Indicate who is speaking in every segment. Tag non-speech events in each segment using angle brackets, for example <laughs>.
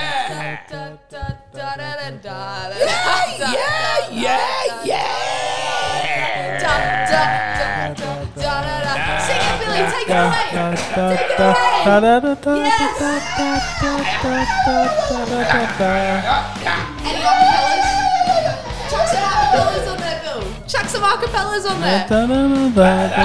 Speaker 1: Yeah.
Speaker 2: Da, da, da, da, da, da, da, da,
Speaker 1: Yeah, yeah,
Speaker 2: da,
Speaker 1: yeah.
Speaker 2: da, da, da, da, da, da. Sing it, Billy. Take it away. Take it away.
Speaker 3: Yes.
Speaker 2: Any acapellas? Chuck some acapellas on there, Bill. Chuck some acapellas on there.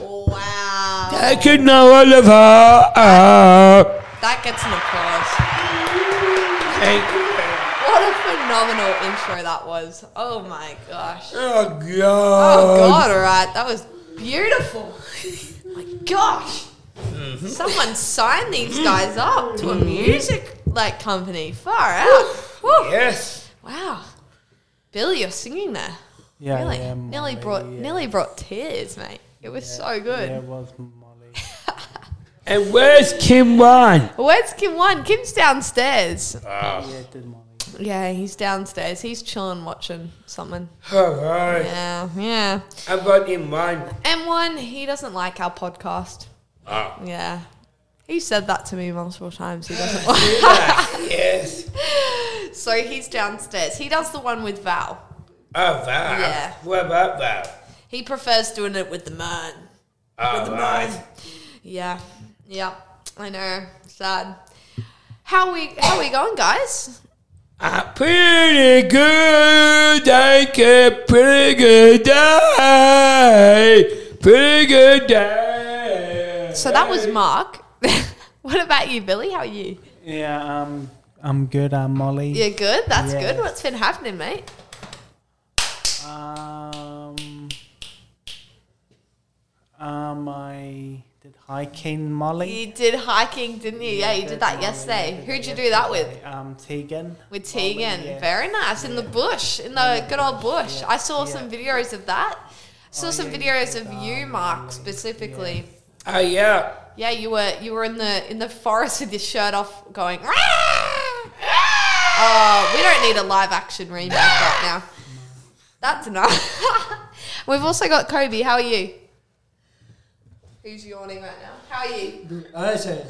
Speaker 2: Wow.
Speaker 1: Thank you, now, Oliver. Uh,
Speaker 2: That gets an applause.
Speaker 1: thank-
Speaker 2: What a phenomenal intro that was. Oh my gosh.
Speaker 1: Oh, God.
Speaker 2: Oh god, alright. That was beautiful. <laughs> my gosh.
Speaker 3: Mm-hmm.
Speaker 2: Someone signed these guys up to a music like company. Far out. Woo.
Speaker 1: Yes.
Speaker 2: Wow. Billy, you're singing there.
Speaker 3: Yeah, um, I
Speaker 2: Really?
Speaker 3: am,
Speaker 2: Nearly
Speaker 3: Molly,
Speaker 2: brought
Speaker 3: yeah.
Speaker 2: nearly brought tears, mate. It was so good.
Speaker 3: Yeah, it was Molly.
Speaker 1: And where's Kim Wan?
Speaker 2: Where's Kim one? Kim's downstairs.
Speaker 3: Yeah, it did Molly.
Speaker 2: Yeah, he's downstairs. He's chilling watching something.
Speaker 1: All right.
Speaker 2: Yeah, yeah.
Speaker 1: How about in mine?
Speaker 2: M1, he doesn't like our podcast. Ah.
Speaker 1: Oh.
Speaker 2: Yeah. He said that to me multiple times. He <laughs> doesn't like
Speaker 1: yes.
Speaker 2: So he's downstairs. He does the one with Val.
Speaker 1: Oh, wow.
Speaker 2: Yeah.
Speaker 1: What about that?
Speaker 2: He prefers doing it with the man.
Speaker 1: All right.
Speaker 2: Yeah. Yeah. I know. Sad. How we how we going, guys?
Speaker 1: Uh, pretty good. Thank you. Pretty good day. Pretty good day.
Speaker 2: So that was Mark. <laughs> what about you, Billy? How are you?
Speaker 3: Yeah, um, I'm good. I'm Molly.
Speaker 2: You're good? That's
Speaker 3: Yeah.
Speaker 2: good. What's been happening, mate?
Speaker 3: Um, um, I did hiking Molly.
Speaker 2: You did hiking, didn't you? Yeah, you did that yesterday. Who'd you do that with?
Speaker 3: Um, Tegan.
Speaker 2: With Tegan.
Speaker 3: yeah.
Speaker 2: Very nice. In the bush, in the good old bush. I saw some videos of that. Saw some videos of you, Mark, specifically.
Speaker 1: Oh, yeah.
Speaker 2: Yeah, you were you were in the in the forest with your shirt off, going. <laughs> "Rah! Rah!" Oh, we don't need a live action remake <laughs> right now. That's enough. <laughs> We've also got Kobe. How are you? Who's yawning right now? How are you,
Speaker 4: I say,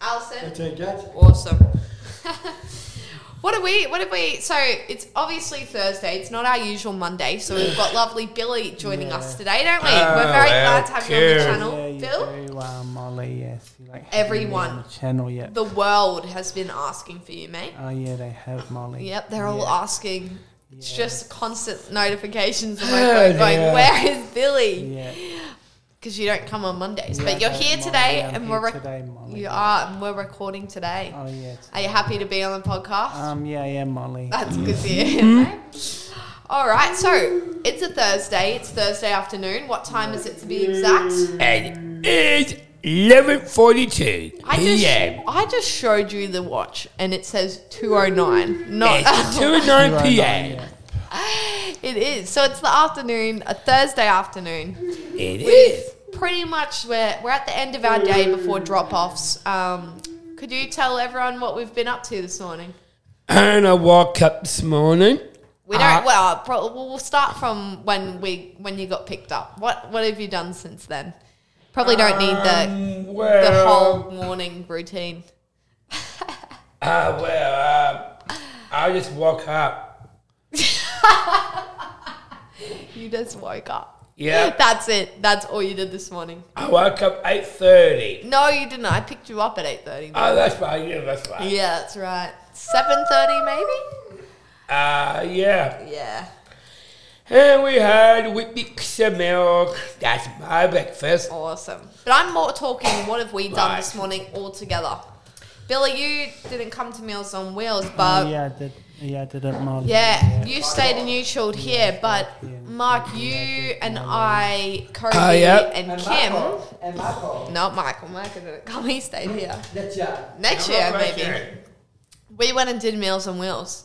Speaker 4: I
Speaker 2: Alison?
Speaker 4: take that.
Speaker 2: Awesome. <laughs> what are we? What have we? So it's obviously Thursday. It's not our usual Monday. So we've got lovely Billy joining us today, don't we? We're
Speaker 1: Oh,
Speaker 2: very glad to have you on the
Speaker 1: okay.
Speaker 2: channel,
Speaker 3: you
Speaker 2: Bill.
Speaker 3: do, uh, Molly. Yes, you like having
Speaker 2: Everyone.
Speaker 3: me on the channel yet?
Speaker 2: The world has been asking for you, mate.
Speaker 3: oh yeah, they have Molly.
Speaker 2: Yep, they're all
Speaker 3: Yeah.
Speaker 2: asking. It's
Speaker 3: Yeah.
Speaker 2: just constant notifications
Speaker 3: <laughs>
Speaker 2: on my
Speaker 1: Oh,
Speaker 2: phone going,
Speaker 1: dear.
Speaker 2: where is Billy?
Speaker 3: Yeah,
Speaker 2: Because you don't come on Mondays.
Speaker 3: Yeah,
Speaker 2: but you're
Speaker 3: but
Speaker 2: here
Speaker 3: Molly,
Speaker 2: today
Speaker 3: I'm
Speaker 2: and
Speaker 3: here
Speaker 2: we're rec-
Speaker 3: today, Molly,
Speaker 2: you
Speaker 3: yeah.
Speaker 2: are and we're recording today.
Speaker 3: Oh yeah.
Speaker 2: Are you happy to be on the podcast?
Speaker 3: Um, yeah, yeah, Molly.
Speaker 2: That's good to
Speaker 1: Hmm?
Speaker 2: hear. all right, so it's a Thursday. It's Thursday afternoon. What time is it to be exact?
Speaker 1: And it's 11.42
Speaker 2: I just,
Speaker 1: p.m.
Speaker 2: I just showed you the watch and it says 209. Not <laughs>
Speaker 1: It's 2.09 p.m.
Speaker 2: It is. So it's the afternoon, a Thursday afternoon.
Speaker 1: It is.
Speaker 2: Pretty much we're, we're at the end of our day before drop offs. Um, could you tell everyone what we've been up to this morning?
Speaker 1: And I woke up this morning.
Speaker 2: We don't.
Speaker 1: Uh,
Speaker 2: well, pro- we'll start from when we when you got picked up. What what have you done since then? Probably don't need the
Speaker 1: Um,
Speaker 2: the
Speaker 1: well,
Speaker 2: whole morning routine.
Speaker 1: Ah, well, um, I just woke up.
Speaker 2: You just woke up.
Speaker 1: Yeah.
Speaker 2: <laughs> That's it. That's all you did this morning.
Speaker 1: I woke up 8.30.
Speaker 2: No, you didn't. I picked you up at eight thirty.
Speaker 1: Oh, that's right. Yeah, that's right.
Speaker 2: Yeah, that's right. Seven thirty, maybe.
Speaker 1: Uh, yeah.
Speaker 2: Yeah.
Speaker 1: And we had Whippets and milk. That's my breakfast.
Speaker 2: Awesome. But I'm more talking what have we done
Speaker 1: Right.
Speaker 2: this morning all together. Billy, you didn't come to Meals on Wheels,
Speaker 3: Oh
Speaker 2: but yeah,
Speaker 3: yeah, I did. Yeah, I did it, Molly.
Speaker 2: you stayed and you chilled here. But Mark, you and I, Cody
Speaker 1: Oh, yeah.
Speaker 2: and
Speaker 4: And
Speaker 2: Kim.
Speaker 4: Michael, and Michael.
Speaker 2: No, Michael. Michael didn't come. He stayed here.
Speaker 4: That's yeah.
Speaker 2: Next year, maybe. We went and did Meals on Wheels.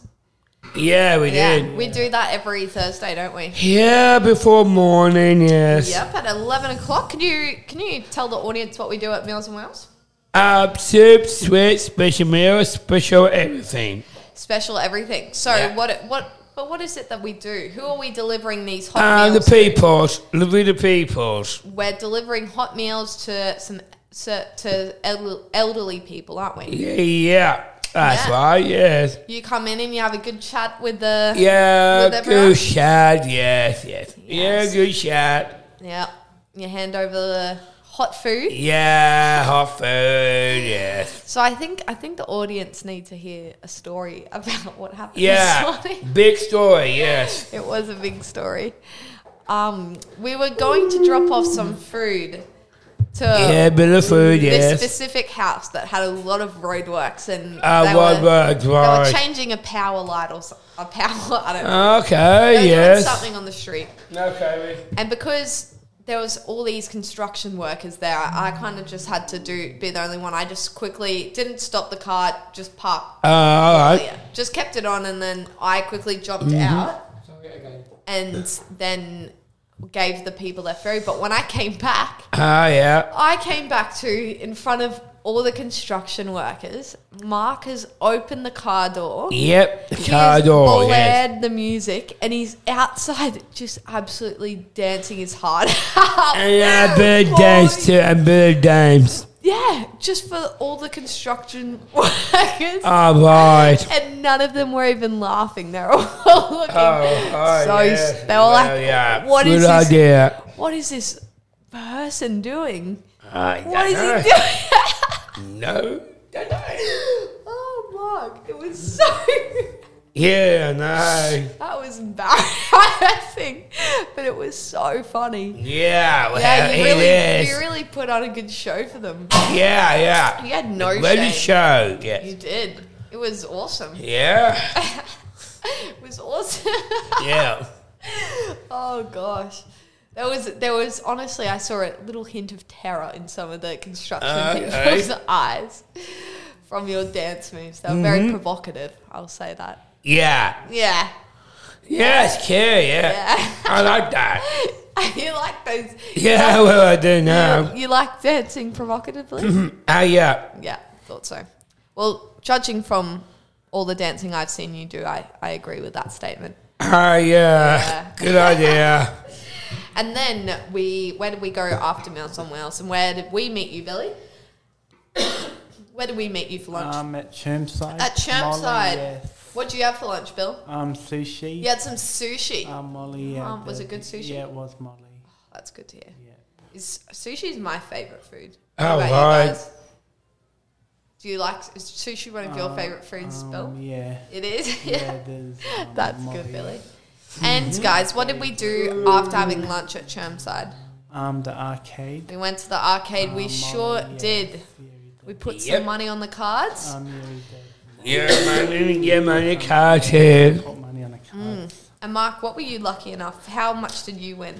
Speaker 1: Yeah, we
Speaker 2: Yeah,
Speaker 1: did.
Speaker 2: we do that every Thursday, don't we?
Speaker 1: Yeah, before morning, yes.
Speaker 2: Yep, at eleven o'clock. Can you can you tell the audience what we do at Meals on Wheels?
Speaker 1: Uh, soup, sweet, special meal, special everything.
Speaker 2: special everything. So
Speaker 1: Yeah.
Speaker 2: what what But what is it that we do? Who are we delivering these hot
Speaker 1: And Uh, the
Speaker 2: meals?
Speaker 1: peoples, Lorena peoples.
Speaker 2: We're delivering hot meals to some to, to el- elderly people, aren't we?
Speaker 1: Yeah, yeah. That's
Speaker 2: Yeah.
Speaker 1: right, yes.
Speaker 2: You come in and you have a good chat with the
Speaker 1: Yeah,
Speaker 2: With everyone?
Speaker 1: good shot, yes, yes. Yeah,
Speaker 2: Yes.
Speaker 1: good shot.
Speaker 2: yeah. You hand over the hot food.
Speaker 1: Yeah, hot food,
Speaker 2: <laughs>
Speaker 1: yes.
Speaker 2: So I think I think the audience need to hear a story <laughs> about what happened
Speaker 1: Yeah,
Speaker 2: this morning.
Speaker 1: big story, yes.
Speaker 2: It was a big story. Um, we were going to drop off some food to
Speaker 1: Yeah, bit of food,
Speaker 2: Oh. this
Speaker 1: yes.
Speaker 2: specific house that had a lot of roadworks and
Speaker 1: Uh, oh.
Speaker 2: they,
Speaker 1: what
Speaker 2: were,
Speaker 1: works,
Speaker 2: they were
Speaker 1: right.
Speaker 2: changing a power light or so- a power. <laughs> I don't know. They were
Speaker 1: Okay,
Speaker 2: doing
Speaker 1: yes.
Speaker 2: something on the street,
Speaker 1: Okay, we-
Speaker 2: and because there was all these construction workers there, I kind of just had to do be the only one. I just quickly didn't stop the car, just parked,
Speaker 1: uh, all right.
Speaker 2: yeah, just kept it on, and then I quickly jumped out. and then gave the people their food. But when I came back,
Speaker 1: Ah, yeah.
Speaker 2: I came back to in front of all the construction workers. Mark has opened the car door.
Speaker 1: Yep,
Speaker 2: He's
Speaker 1: car door, yes.
Speaker 2: blared the music, and he's outside just absolutely dancing his heart out. <laughs>
Speaker 1: And a bird
Speaker 2: Boy,
Speaker 1: dance too, and bird dance.
Speaker 2: Yeah, just for all the construction <laughs> workers.
Speaker 1: All right.
Speaker 2: and none of them were even laughing. They're all <laughs> looking
Speaker 1: oh,
Speaker 2: so.
Speaker 1: yes.
Speaker 2: They were like,
Speaker 1: Well, yeah.
Speaker 2: "What
Speaker 1: Good
Speaker 2: is this
Speaker 1: idea.
Speaker 2: what is this person doing?
Speaker 1: I
Speaker 2: What is
Speaker 1: dunno.
Speaker 2: he doing? <laughs>
Speaker 1: No. dunno.
Speaker 2: oh, Mark, it was so. <laughs>
Speaker 1: Yeah, no.
Speaker 2: that was embarrassing, <laughs> but it was so funny.
Speaker 1: Yeah, well,
Speaker 2: Yeah, you
Speaker 1: it
Speaker 2: really,
Speaker 1: is.
Speaker 2: you really put on a good show for them.
Speaker 1: yeah, yeah.
Speaker 2: You had no
Speaker 1: Ready
Speaker 2: shame.
Speaker 1: show. Yeah.
Speaker 2: You did. It was awesome.
Speaker 1: Yeah.
Speaker 2: It was awesome. <laughs>
Speaker 1: Yeah.
Speaker 2: oh gosh. There was, there was honestly, I saw a little hint of terror in some of the construction
Speaker 1: Uh, Okay.
Speaker 2: people's <laughs> eyes from your dance moves. They were very
Speaker 1: Mm-hmm.
Speaker 2: provocative. I'll say that.
Speaker 1: Yeah.
Speaker 2: Yeah.
Speaker 1: Yes, cool, yeah.
Speaker 2: Yeah. <laughs>
Speaker 1: I like that.
Speaker 2: you like those.
Speaker 1: Yeah, <laughs> well, I do
Speaker 2: You,
Speaker 1: now.
Speaker 2: you like dancing
Speaker 1: <laughs>
Speaker 2: provocatively?
Speaker 1: Ah, yeah.
Speaker 2: yeah, thought so. Well, judging from all the dancing I've seen you do, I, I agree with that statement.
Speaker 1: Ah,
Speaker 2: Yeah.
Speaker 1: yeah. Good idea.
Speaker 2: And then we, where did we go after Meal Somewhere Else? And where did we meet you, Billy? <coughs> where did we meet you for lunch?
Speaker 3: Um, at Chermside.
Speaker 2: At Chermside.
Speaker 3: Molly, yes.
Speaker 2: what did you have for lunch, Bill?
Speaker 3: Um, sushi.
Speaker 2: You had some sushi.
Speaker 3: Um, Molly. Yeah.
Speaker 2: Um, was it good sushi?
Speaker 3: Yeah, it was Molly.
Speaker 2: That's good to hear.
Speaker 3: Yeah.
Speaker 2: Is, sushi is my favorite food.
Speaker 1: Oh,
Speaker 2: you
Speaker 1: right.
Speaker 2: guys? Do you like is sushi one of your favorite foods, Bill?
Speaker 3: Um, yeah.
Speaker 2: <laughs> It is.
Speaker 3: Yeah.
Speaker 2: Yeah,
Speaker 3: There's, um,
Speaker 2: <laughs> that's
Speaker 3: Molly.
Speaker 2: good, Billy. And guys, what did we do after having lunch at Chermside?
Speaker 3: Um, the arcade.
Speaker 2: We went to the arcade. We
Speaker 3: Um,
Speaker 2: sure
Speaker 3: Molly, yes.
Speaker 2: did.
Speaker 3: Yeah, we did.
Speaker 2: We put
Speaker 1: Yep.
Speaker 2: some money on the cards.
Speaker 3: Um, yeah, we did.
Speaker 1: Yeah, man. Yeah, man. You can't hear.
Speaker 3: Put money on the cards.
Speaker 2: and Mark, what were you lucky enough? How much did you win?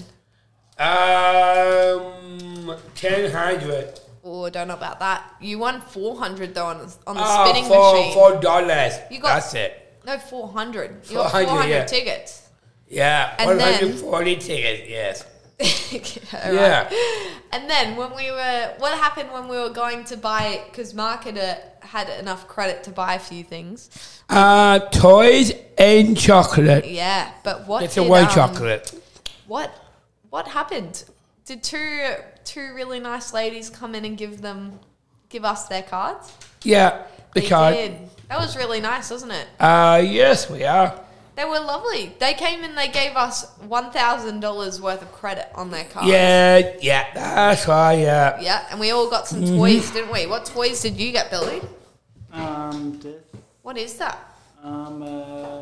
Speaker 1: Um, ten hundred.
Speaker 2: Oh, don't know about that. You won four hundred though on the, on the
Speaker 1: Ah,
Speaker 2: spinning
Speaker 1: four
Speaker 2: machine.
Speaker 1: four dollars.
Speaker 2: You got-
Speaker 1: That's it.
Speaker 2: No,
Speaker 1: <laughs>
Speaker 2: four hundred. You got four
Speaker 1: 400,
Speaker 2: hundred
Speaker 1: yeah.
Speaker 2: tickets. <laughs>
Speaker 1: Yeah,
Speaker 2: And
Speaker 1: one
Speaker 2: then-
Speaker 1: hundred forty tickets. Yes.
Speaker 2: yeah.
Speaker 1: Yeah.
Speaker 2: And then when we were, what happened when we were going to buy? Because Mark had, uh had enough credit to buy a few things.
Speaker 1: Uh, toys and chocolate.
Speaker 2: Yeah, but what?
Speaker 1: It's
Speaker 2: did,
Speaker 1: away
Speaker 2: um,
Speaker 1: chocolate.
Speaker 2: What? What happened? Did two two really nice ladies come in and give them give us their cards?
Speaker 1: Yeah, the
Speaker 2: They
Speaker 1: card.
Speaker 2: did. That was really nice, wasn't it?
Speaker 1: Uh, yes, we are.
Speaker 2: They were lovely. They came and they gave us one thousand dollars worth of credit on their cards.
Speaker 1: Yeah, yeah, that's right. Yeah.
Speaker 2: Yeah, and we all got some
Speaker 1: Mm-hmm.
Speaker 2: toys, didn't we? What toys did you get, Billy?
Speaker 3: Um, this.
Speaker 2: What is that?
Speaker 3: Um, uh,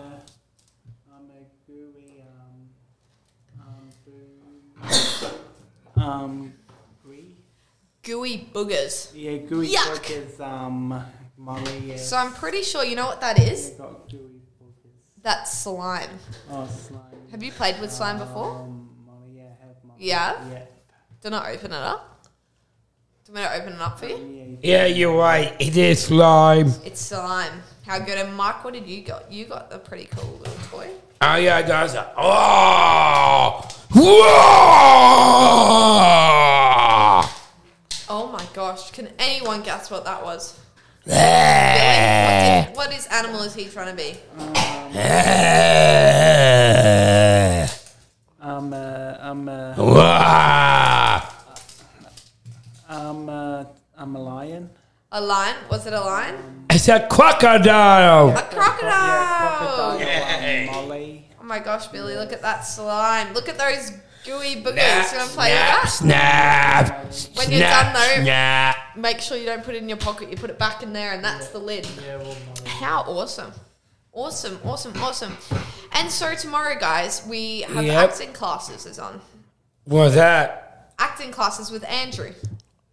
Speaker 3: I'm a gooey, um, um, boo, um, gooey.
Speaker 2: Gooey boogers.
Speaker 3: Yeah, gooey
Speaker 2: Yuck.
Speaker 3: pork is, um, Molly. Is,
Speaker 2: So I'm pretty sure you know what that is.
Speaker 3: you got gooey pork is,
Speaker 2: That's slime.
Speaker 3: oh, slime.
Speaker 2: Have you played with slime before?
Speaker 3: Um, Molly, yeah, I have Molly.
Speaker 2: Yeah?
Speaker 3: Yeah.
Speaker 2: Do not open it up. Do you want me to open it up for you?
Speaker 3: Yeah, you-
Speaker 1: Yeah, you're right. It is slime.
Speaker 2: It's slime. How good. And Mark, what did you got? You got a pretty cool little toy.
Speaker 1: Oh yeah, that's a oh. Whoa!
Speaker 2: Oh my gosh. Can anyone guess what that was? Billy,
Speaker 1: Yeah. Eh.
Speaker 2: What, did, what is animal is he trying to be?
Speaker 1: Eh. Wah!
Speaker 3: I'm a, I'm a lion.
Speaker 2: A lion? Was it a lion?
Speaker 1: It's a crocodile.
Speaker 2: A crocodile!
Speaker 3: Yeah, crocodile, um, Molly.
Speaker 2: Oh my gosh, Billy, look at that slime. Look at those gooey boogies.
Speaker 1: Snap,
Speaker 2: you want to play
Speaker 1: snap,
Speaker 2: with that?
Speaker 1: snap.
Speaker 2: When you're
Speaker 1: snap,
Speaker 2: done, though-
Speaker 1: Snap.
Speaker 2: Make sure you don't put it in your pocket. You put it back in there, and that's the lid.
Speaker 3: Yeah, well, Molly.
Speaker 2: How awesome! Awesome, awesome, awesome. And so tomorrow, guys, we have
Speaker 1: Yep.
Speaker 2: acting classes is on.
Speaker 1: What was that?
Speaker 2: Acting classes with Andrew.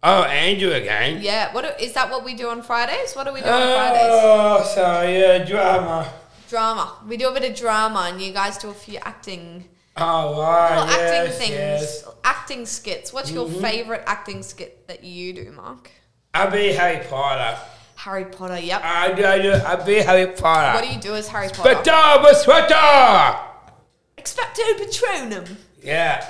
Speaker 1: Oh, Andrew again.
Speaker 2: Yeah, what do- is that? What we do on Fridays? What do we do on Fridays?
Speaker 1: Oh, so yeah, drama.
Speaker 2: Drama. We do a bit of drama, and you guys do a few acting,
Speaker 1: Oh, right.
Speaker 2: little acting
Speaker 1: yes,
Speaker 2: things,
Speaker 1: yes. Mm-hmm.
Speaker 2: acting skits. What's your favorite acting skit that you do, Mark?
Speaker 1: I'll be Harry Potter.
Speaker 2: Harry Potter. Yep.
Speaker 1: I do, I do, I'll be Harry Potter.
Speaker 2: what do you do as Harry Potter?
Speaker 1: But I'm a sweater!
Speaker 2: Expecto Patronum.
Speaker 1: Yeah.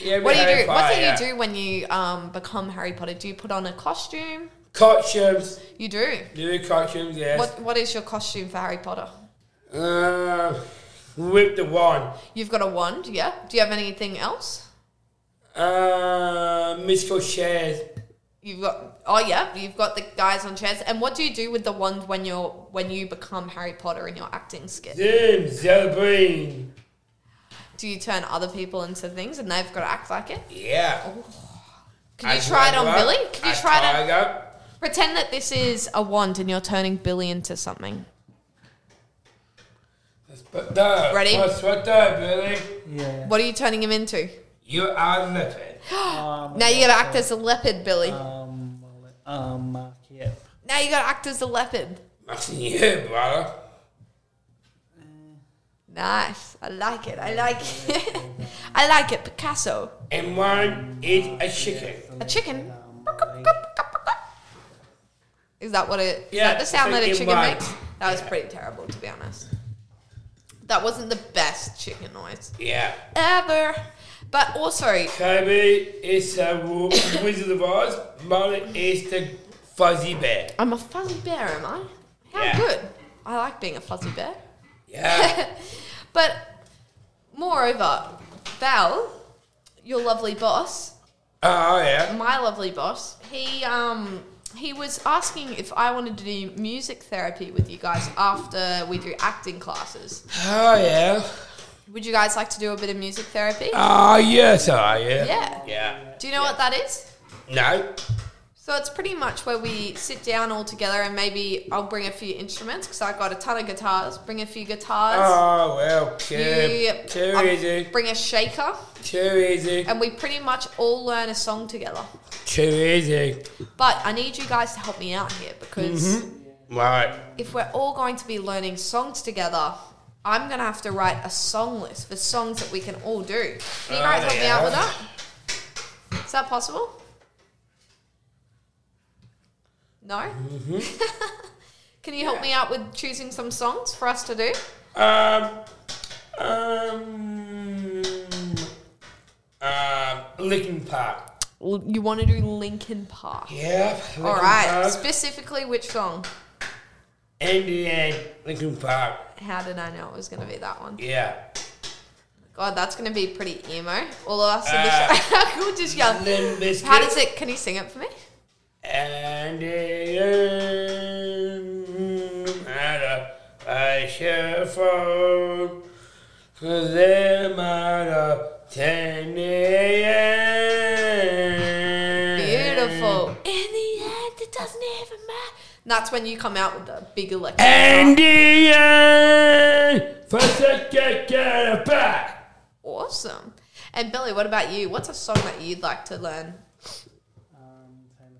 Speaker 1: yeah
Speaker 2: <laughs> What do you
Speaker 1: Harry
Speaker 2: do?
Speaker 1: Potter,
Speaker 2: What do
Speaker 1: yeah.
Speaker 2: you do when you um, become Harry Potter? Do you put on a costume?
Speaker 1: Costumes.
Speaker 2: You do.
Speaker 1: Do costumes, yes.
Speaker 2: What What is your costume for Harry Potter?
Speaker 1: Uh, with the wand.
Speaker 2: You've got a wand, yeah. Do you have anything else?
Speaker 1: Uh, mystical chairs.
Speaker 2: You've got oh yeah, you've got the guys on chairs. And what do you do with the wand when you're when you become Harry Potter in your acting skit?
Speaker 1: Zoom, Zelbrine.
Speaker 2: Do you turn other people into things and they've got to act like it?
Speaker 1: Yeah.
Speaker 2: Oh, Can you try it on Billy? Can you try it on?
Speaker 1: it on?
Speaker 2: Pretend that this is a wand and you're turning Billy into something. Ready?
Speaker 1: What's what up, Billy?
Speaker 3: Yeah.
Speaker 2: What are you turning him into?
Speaker 1: You are livid.
Speaker 3: Um,
Speaker 2: Now you got to act as a leopard, Billy.
Speaker 3: um, Molly. Um, Mark, yep.
Speaker 2: Now you gotta act as a leopard.
Speaker 1: Nothing you, brother.
Speaker 2: Nice. I like it. I like it. <laughs> I like it. Picasso.
Speaker 1: And one is a chicken.
Speaker 2: A chicken.
Speaker 3: Molly.
Speaker 2: Is that what it? Is
Speaker 1: Yeah,
Speaker 2: that the sound that a
Speaker 1: chicken
Speaker 2: chicken
Speaker 1: bark.
Speaker 2: makes? That was pretty terrible, to be honest. That wasn't the best chicken noise
Speaker 1: Yeah.
Speaker 2: ever. But also,
Speaker 1: Kirby is a wo- Wizard of Oz. Molly is the fuzzy bear.
Speaker 2: I'm a fuzzy bear, am I? How
Speaker 1: Yeah.
Speaker 2: good. I like being a fuzzy bear. <laughs>
Speaker 1: Yeah.
Speaker 2: But moreover, Val, your lovely boss,
Speaker 1: oh, yeah.
Speaker 2: my lovely boss, he um he was asking if I wanted to do music therapy with you guys after we do acting classes.
Speaker 1: Oh, yeah.
Speaker 2: Would you guys like to do a bit of music therapy?
Speaker 1: Oh, yes, oh, yeah.
Speaker 2: Yeah.
Speaker 1: Yeah.
Speaker 2: Do you know what that is?
Speaker 1: No.
Speaker 2: So it's pretty much where we sit down all together and maybe I'll bring a few instruments because I got a ton of guitars. Bring a few guitars.
Speaker 1: Oh, well, too,
Speaker 2: You-
Speaker 1: too
Speaker 2: I'll
Speaker 1: easy.
Speaker 2: Bring a shaker,
Speaker 1: Too easy.
Speaker 2: and we pretty much all learn a song together.
Speaker 1: Too easy.
Speaker 2: But I need you guys to help me out here because
Speaker 1: Mm-hmm. Right.
Speaker 2: if we're all going to be learning songs together, I'm going to have to write a song list for songs that we can all do. Can you guys help me out with that? Is that possible? No? Mm-hmm. <laughs> can you help me out with choosing some songs for us to do?
Speaker 1: Um, um, um, Linkin Park.
Speaker 2: Well, you want to do Linkin Park.
Speaker 1: Yeah. Linkin
Speaker 2: All right.
Speaker 1: Park.
Speaker 2: Specifically, which song?
Speaker 1: And the end, Linkin Park.
Speaker 2: How did I know it was going to be that one?
Speaker 1: Yeah.
Speaker 2: God, that's going to be pretty emo. All of us in
Speaker 1: Uh,
Speaker 2: the show. <laughs> we'll just yell.
Speaker 1: Limp Bizkit.
Speaker 2: How does it? Can you sing it for me?
Speaker 1: And the end, and a- I shall fall for them at a 10 a.m.
Speaker 2: Beautiful. In the end, it doesn't even matter. And that's when you come out with the big electric. guitar.
Speaker 1: And the end, for second, get back.
Speaker 2: Awesome. And Billy, what about you? What's a song that you'd like to learn?
Speaker 3: Um, Taylor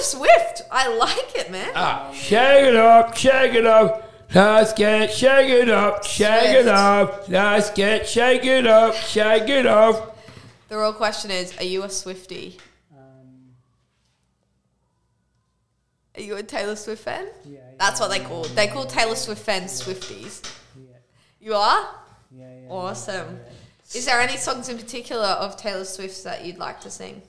Speaker 3: Swift.
Speaker 2: Taylor Swift. I like it, man.
Speaker 1: Ah, shake it up, shake it up. Let's get shake it up, shake it
Speaker 2: Swift.
Speaker 1: up. Let's get shake it up, shake it up.
Speaker 2: the real question is, are you a Swifty?
Speaker 3: Um,
Speaker 2: Are you a Taylor Swift fan?
Speaker 3: yeah, yeah,
Speaker 2: That's what they call. They call Taylor Swift fans Swifties.
Speaker 3: yeah,
Speaker 2: You are?
Speaker 3: yeah, yeah, yeah.
Speaker 2: Awesome. Is there any songs in particular of Taylor Swift's that you'd like to sing?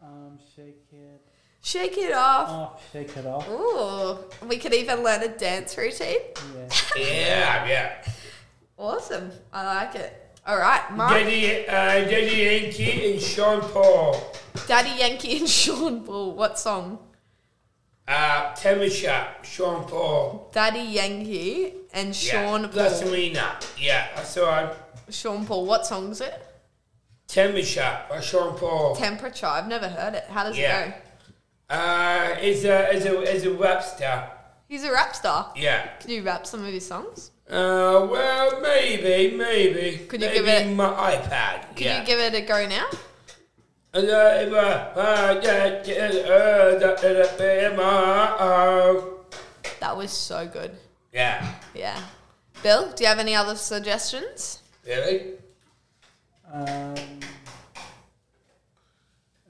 Speaker 3: Um, shake it
Speaker 2: Shake it off.
Speaker 3: off, shake it off.
Speaker 2: Ooh, we could even learn a dance routine.
Speaker 3: Yeah.
Speaker 1: Yeah, yeah.
Speaker 2: Awesome. I like it. All right, Mark.
Speaker 1: Daddy, uh, Daddy Yankee and Sean Paul.
Speaker 2: Daddy Yankee and <laughs> Sean Paul. What song?
Speaker 1: Uh, Temisha, Sean Paul.
Speaker 2: Daddy Yankee and Sean
Speaker 1: yeah.
Speaker 2: Paul.
Speaker 1: That's Selena. Yeah, that's the one.
Speaker 2: Sean Paul. What song's it?
Speaker 1: Temisha by Sean Paul.
Speaker 2: Temperature. I've never heard it. How does
Speaker 1: Yeah.
Speaker 2: it go?
Speaker 1: Uh, is a is a is a rap star.
Speaker 2: He's a rap star.
Speaker 1: Yeah.
Speaker 2: Can you rap some of his songs?
Speaker 1: Uh, well, maybe, maybe.
Speaker 2: Could you
Speaker 1: maybe
Speaker 2: give it-
Speaker 1: my iPad?
Speaker 2: Can
Speaker 1: yeah.
Speaker 2: you give it a go now?
Speaker 1: Uh, uh, uh, yeah, yeah, uh, da- da- da- da- ma- oh.
Speaker 2: That was so good.
Speaker 1: Yeah.
Speaker 2: Yeah. Bill, do you have any other suggestions?
Speaker 1: Really?
Speaker 3: Um, um,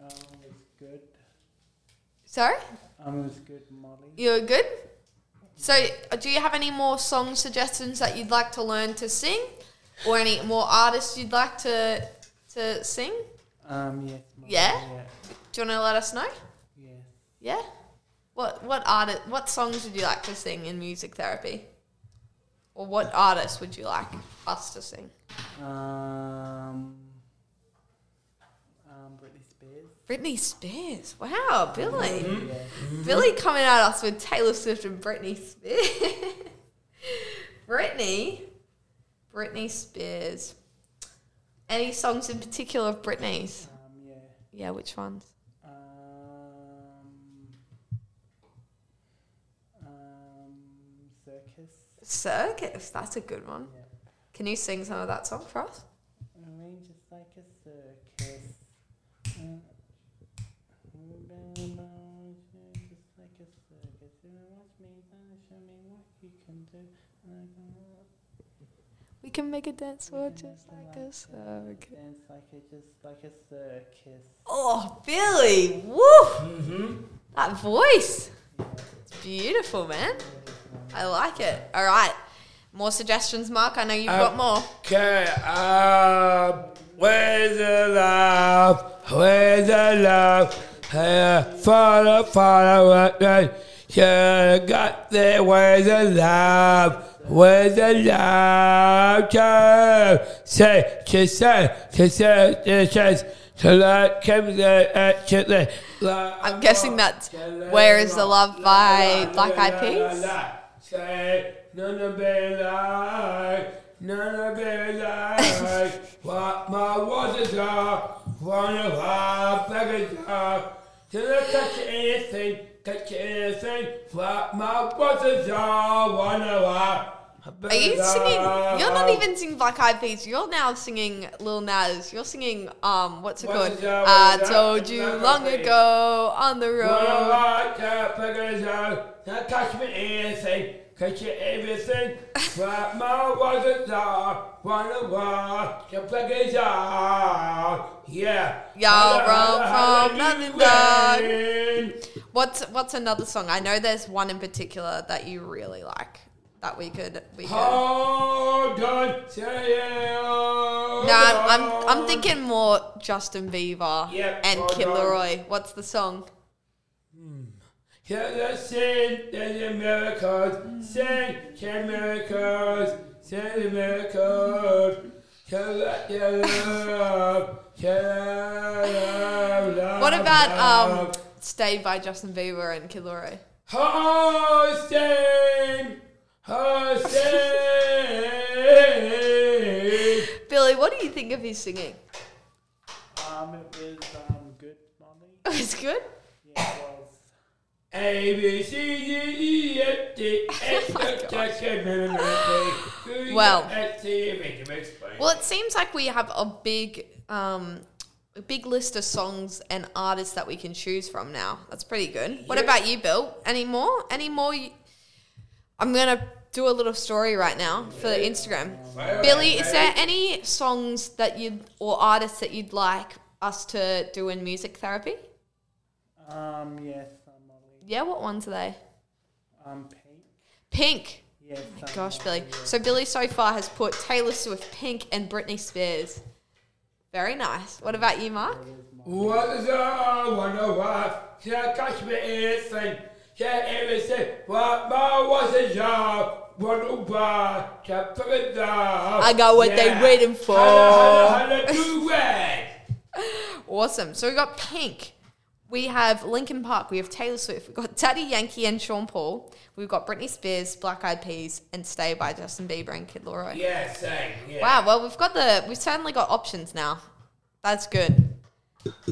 Speaker 3: it's good.
Speaker 2: Sorry?
Speaker 3: Um, it's good, Molly.
Speaker 2: You're good? So, uh, do you have any more song suggestions that you'd like to learn to sing? Or any more artists you'd like to, to sing?
Speaker 3: Um, yes. Molly,
Speaker 2: Yeah?
Speaker 3: Yeah.
Speaker 2: Do you want to let us know?
Speaker 3: Yes.
Speaker 2: Yeah? What what artist, what songs would you like to sing in music therapy? Or what artists would you like us to sing?
Speaker 3: Um, um, Britney Spears.
Speaker 2: Britney Spears. Wow, Billy.
Speaker 3: Yeah.
Speaker 2: Mm-hmm. Billy coming at us with Taylor Swift and Britney Spears. <laughs> Britney. Britney Spears. Any songs in particular of Britney's?
Speaker 3: Um, yeah.
Speaker 2: Yeah, which ones?
Speaker 3: Um, um, circus.
Speaker 2: Circus. That's a good one.
Speaker 3: Yeah.
Speaker 2: Can you sing some of that song for us?
Speaker 3: Arrange is like a circus. Uh, we've been around, arrange is like a circus. You know, watch me, dance, show me what you can do. And I can walk,
Speaker 2: We can make a dance
Speaker 3: we
Speaker 2: world
Speaker 3: can
Speaker 2: just
Speaker 3: make
Speaker 2: like
Speaker 3: the
Speaker 2: a
Speaker 3: lights go,
Speaker 2: circus.
Speaker 3: Dance like a, just like a circus.
Speaker 2: Oh, Billy. Woo!
Speaker 1: Mm-hmm.
Speaker 2: That voice.
Speaker 3: Yeah,
Speaker 2: It's beautiful, man.
Speaker 3: that is nice.
Speaker 2: I like it. All right. More suggestions, Mark? I know you've
Speaker 1: Um,
Speaker 2: got more.
Speaker 1: Okay, uh, where's the love? Where's the love? Uh, follow, follow, up, uh, yeah, got there. Where's the love? Where's the love? Child? Say, to say, to say, to say, to love, come there, actually.
Speaker 2: I'm guessing that's Where is the Love by Black Eyed Peas?
Speaker 1: Say, none of it lie, none of it lie. What my waters are, one of our beggars are. Till I touch anything, touch anything. What my waters are, one of our
Speaker 2: Are
Speaker 1: beggars
Speaker 2: you singing?
Speaker 1: are.
Speaker 2: You're not even singing Black Eyed Peas. You're now singing Lil Nas. You're singing um, what's it
Speaker 1: What
Speaker 2: called?
Speaker 1: is that? What
Speaker 2: I
Speaker 1: is that?
Speaker 2: told
Speaker 1: It's
Speaker 2: you
Speaker 1: not gonna
Speaker 2: long
Speaker 1: be.
Speaker 2: ago on the
Speaker 1: One of
Speaker 2: road.
Speaker 1: our beggars are. Not touch me anything, touch you everything. What my waters are, one of our beggars are. Yeah.
Speaker 2: Y'all run
Speaker 1: Holla,
Speaker 2: from
Speaker 1: holla,
Speaker 2: nothing,
Speaker 1: holla,
Speaker 2: dog.
Speaker 1: you win.
Speaker 2: What's what's another song? I know there's one in particular that you really like that we could we could.
Speaker 1: Hold on, say
Speaker 2: No, I'm, I'm I'm thinking more Justin Bieber
Speaker 1: Yep,
Speaker 2: and
Speaker 1: well
Speaker 2: Kid
Speaker 1: done.
Speaker 2: Leroy. What's the song?
Speaker 1: Can the sing the miracles, sing the miracles, sing the miracles. Can I get love, can I love, love,
Speaker 2: What about um,
Speaker 1: love.
Speaker 2: Stay by Justin Bieber and Kid Leroy?
Speaker 1: Hosting, hosting.
Speaker 2: Billy, what do you think of his singing? <laughs>
Speaker 3: Um, it was um, good, Molly.
Speaker 2: It's good.
Speaker 3: Yeah, it was.
Speaker 1: A B C D E F D X Y Z M N O P Q
Speaker 2: Well.
Speaker 1: R S T U V W
Speaker 2: Well, it seems like we have a big, um, a big list of songs and artists that we can choose from now. That's pretty good. What
Speaker 1: Yeah.
Speaker 2: about you, Bill? Any more? Any more? You... I'm gonna do a little story right now for Instagram.
Speaker 3: Um,
Speaker 1: Well,
Speaker 2: Billy,
Speaker 1: well,
Speaker 2: is there any songs that you or artists that you'd like us to do in music therapy?
Speaker 3: Um, yes, um, Molly.
Speaker 2: Yeah, what ones are they?
Speaker 3: Um, Pink.
Speaker 2: Pink.
Speaker 3: Yes. um,
Speaker 2: Oh Gosh,
Speaker 3: Molly,
Speaker 2: Billy.
Speaker 3: yeah.
Speaker 2: So Billy so far has put Taylor Swift, Pink, and Britney Spears. Very nice. What about you, Mark?
Speaker 1: What is I wonder why? Can I catch me anything? Can everything? What my was a job? Waddle by the feather. I
Speaker 2: I got what they waiting for.
Speaker 1: Hello,
Speaker 2: <laughs>
Speaker 1: hello, do rag.
Speaker 2: Awesome. So we got Pink. We have Linkin Park. We have Taylor Swift. We've got Daddy Yankee and Sean Paul. We've got Britney Spears, Black Eyed Peas, and Stay by Justin Bieber and Kid Laroi.
Speaker 1: Yeah, same. Yeah.
Speaker 2: Wow. Well, we've got the we've certainly got options now. That's good.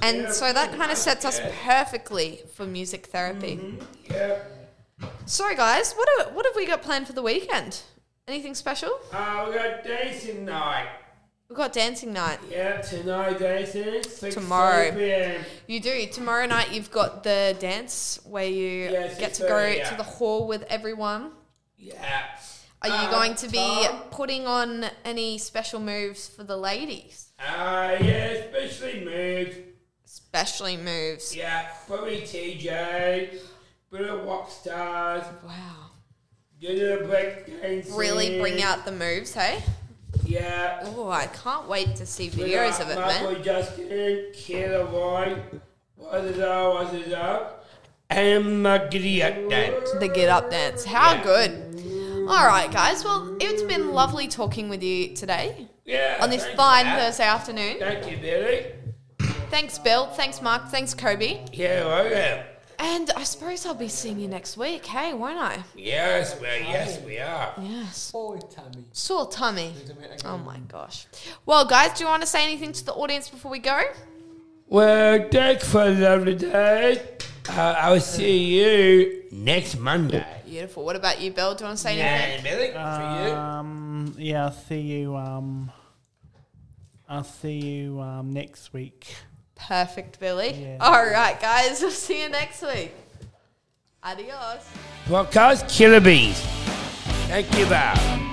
Speaker 2: And so that kind of sets us perfectly for music therapy.
Speaker 1: Mm-hmm. Yeah.
Speaker 2: Sorry, guys. What have, what have we got planned for the weekend? Anything special?
Speaker 1: Uh, we got dancing night.
Speaker 2: We've got dancing night.
Speaker 1: Yeah, tonight dancing. 6
Speaker 2: Tomorrow.
Speaker 1: 30 p.m.
Speaker 2: You do. Tomorrow night, you've got the dance where you
Speaker 1: Yeah, it's
Speaker 2: get to
Speaker 1: just,
Speaker 2: go
Speaker 1: uh, yeah.
Speaker 2: to the hall with everyone.
Speaker 1: Yeah.
Speaker 2: Are you
Speaker 1: Uh,
Speaker 2: going to be
Speaker 1: Tom?
Speaker 2: putting on any special moves for the ladies?
Speaker 1: Uh, yeah, especially moves.
Speaker 2: Especially moves.
Speaker 1: Yeah, probably TJ. Bit of rock stars.
Speaker 2: Wow.
Speaker 1: Get a break dancing.
Speaker 2: Really bring out the moves, hey?
Speaker 1: Yeah.
Speaker 2: Oh, I can't wait to see videos of it, man.
Speaker 1: Michael Justin, Killer Roy. What is up? What is up? And the Gideon dance.
Speaker 2: The get up dance. How
Speaker 1: Yeah.
Speaker 2: good. All right, guys. Well, it's been lovely talking with you today
Speaker 1: Yeah.
Speaker 2: on this
Speaker 1: thank you,
Speaker 2: fine
Speaker 1: Matt.
Speaker 2: Thursday afternoon.
Speaker 1: Thank you, Billy.
Speaker 2: Thanks, Bill. Thanks, Mark. Thanks, Kobe.
Speaker 1: Yeah, welcome.
Speaker 2: And I suppose I'll be seeing you next week, hey, won't I?
Speaker 1: Yes, well, yes, we are.
Speaker 2: Yes.
Speaker 5: Boy, Tammy.
Speaker 2: Sore tummy. Oh
Speaker 5: Oh
Speaker 2: my gosh. Well, guys, do you want to say anything to the audience before we go?
Speaker 1: Well, thanks for a lovely day. Uh, I'll see you next Monday.
Speaker 2: Beautiful. What about you, Bill? Do you want to say
Speaker 1: And
Speaker 2: anything?
Speaker 1: Billy, for
Speaker 3: Um, yeah, I'll see you. Um, I'll see you um, next week.
Speaker 2: Perfect, Billy.
Speaker 3: Yeah.
Speaker 2: All right, guys. We'll see you next week. Adios.
Speaker 1: you. Podcast Killer Bees. Thank you, Bob.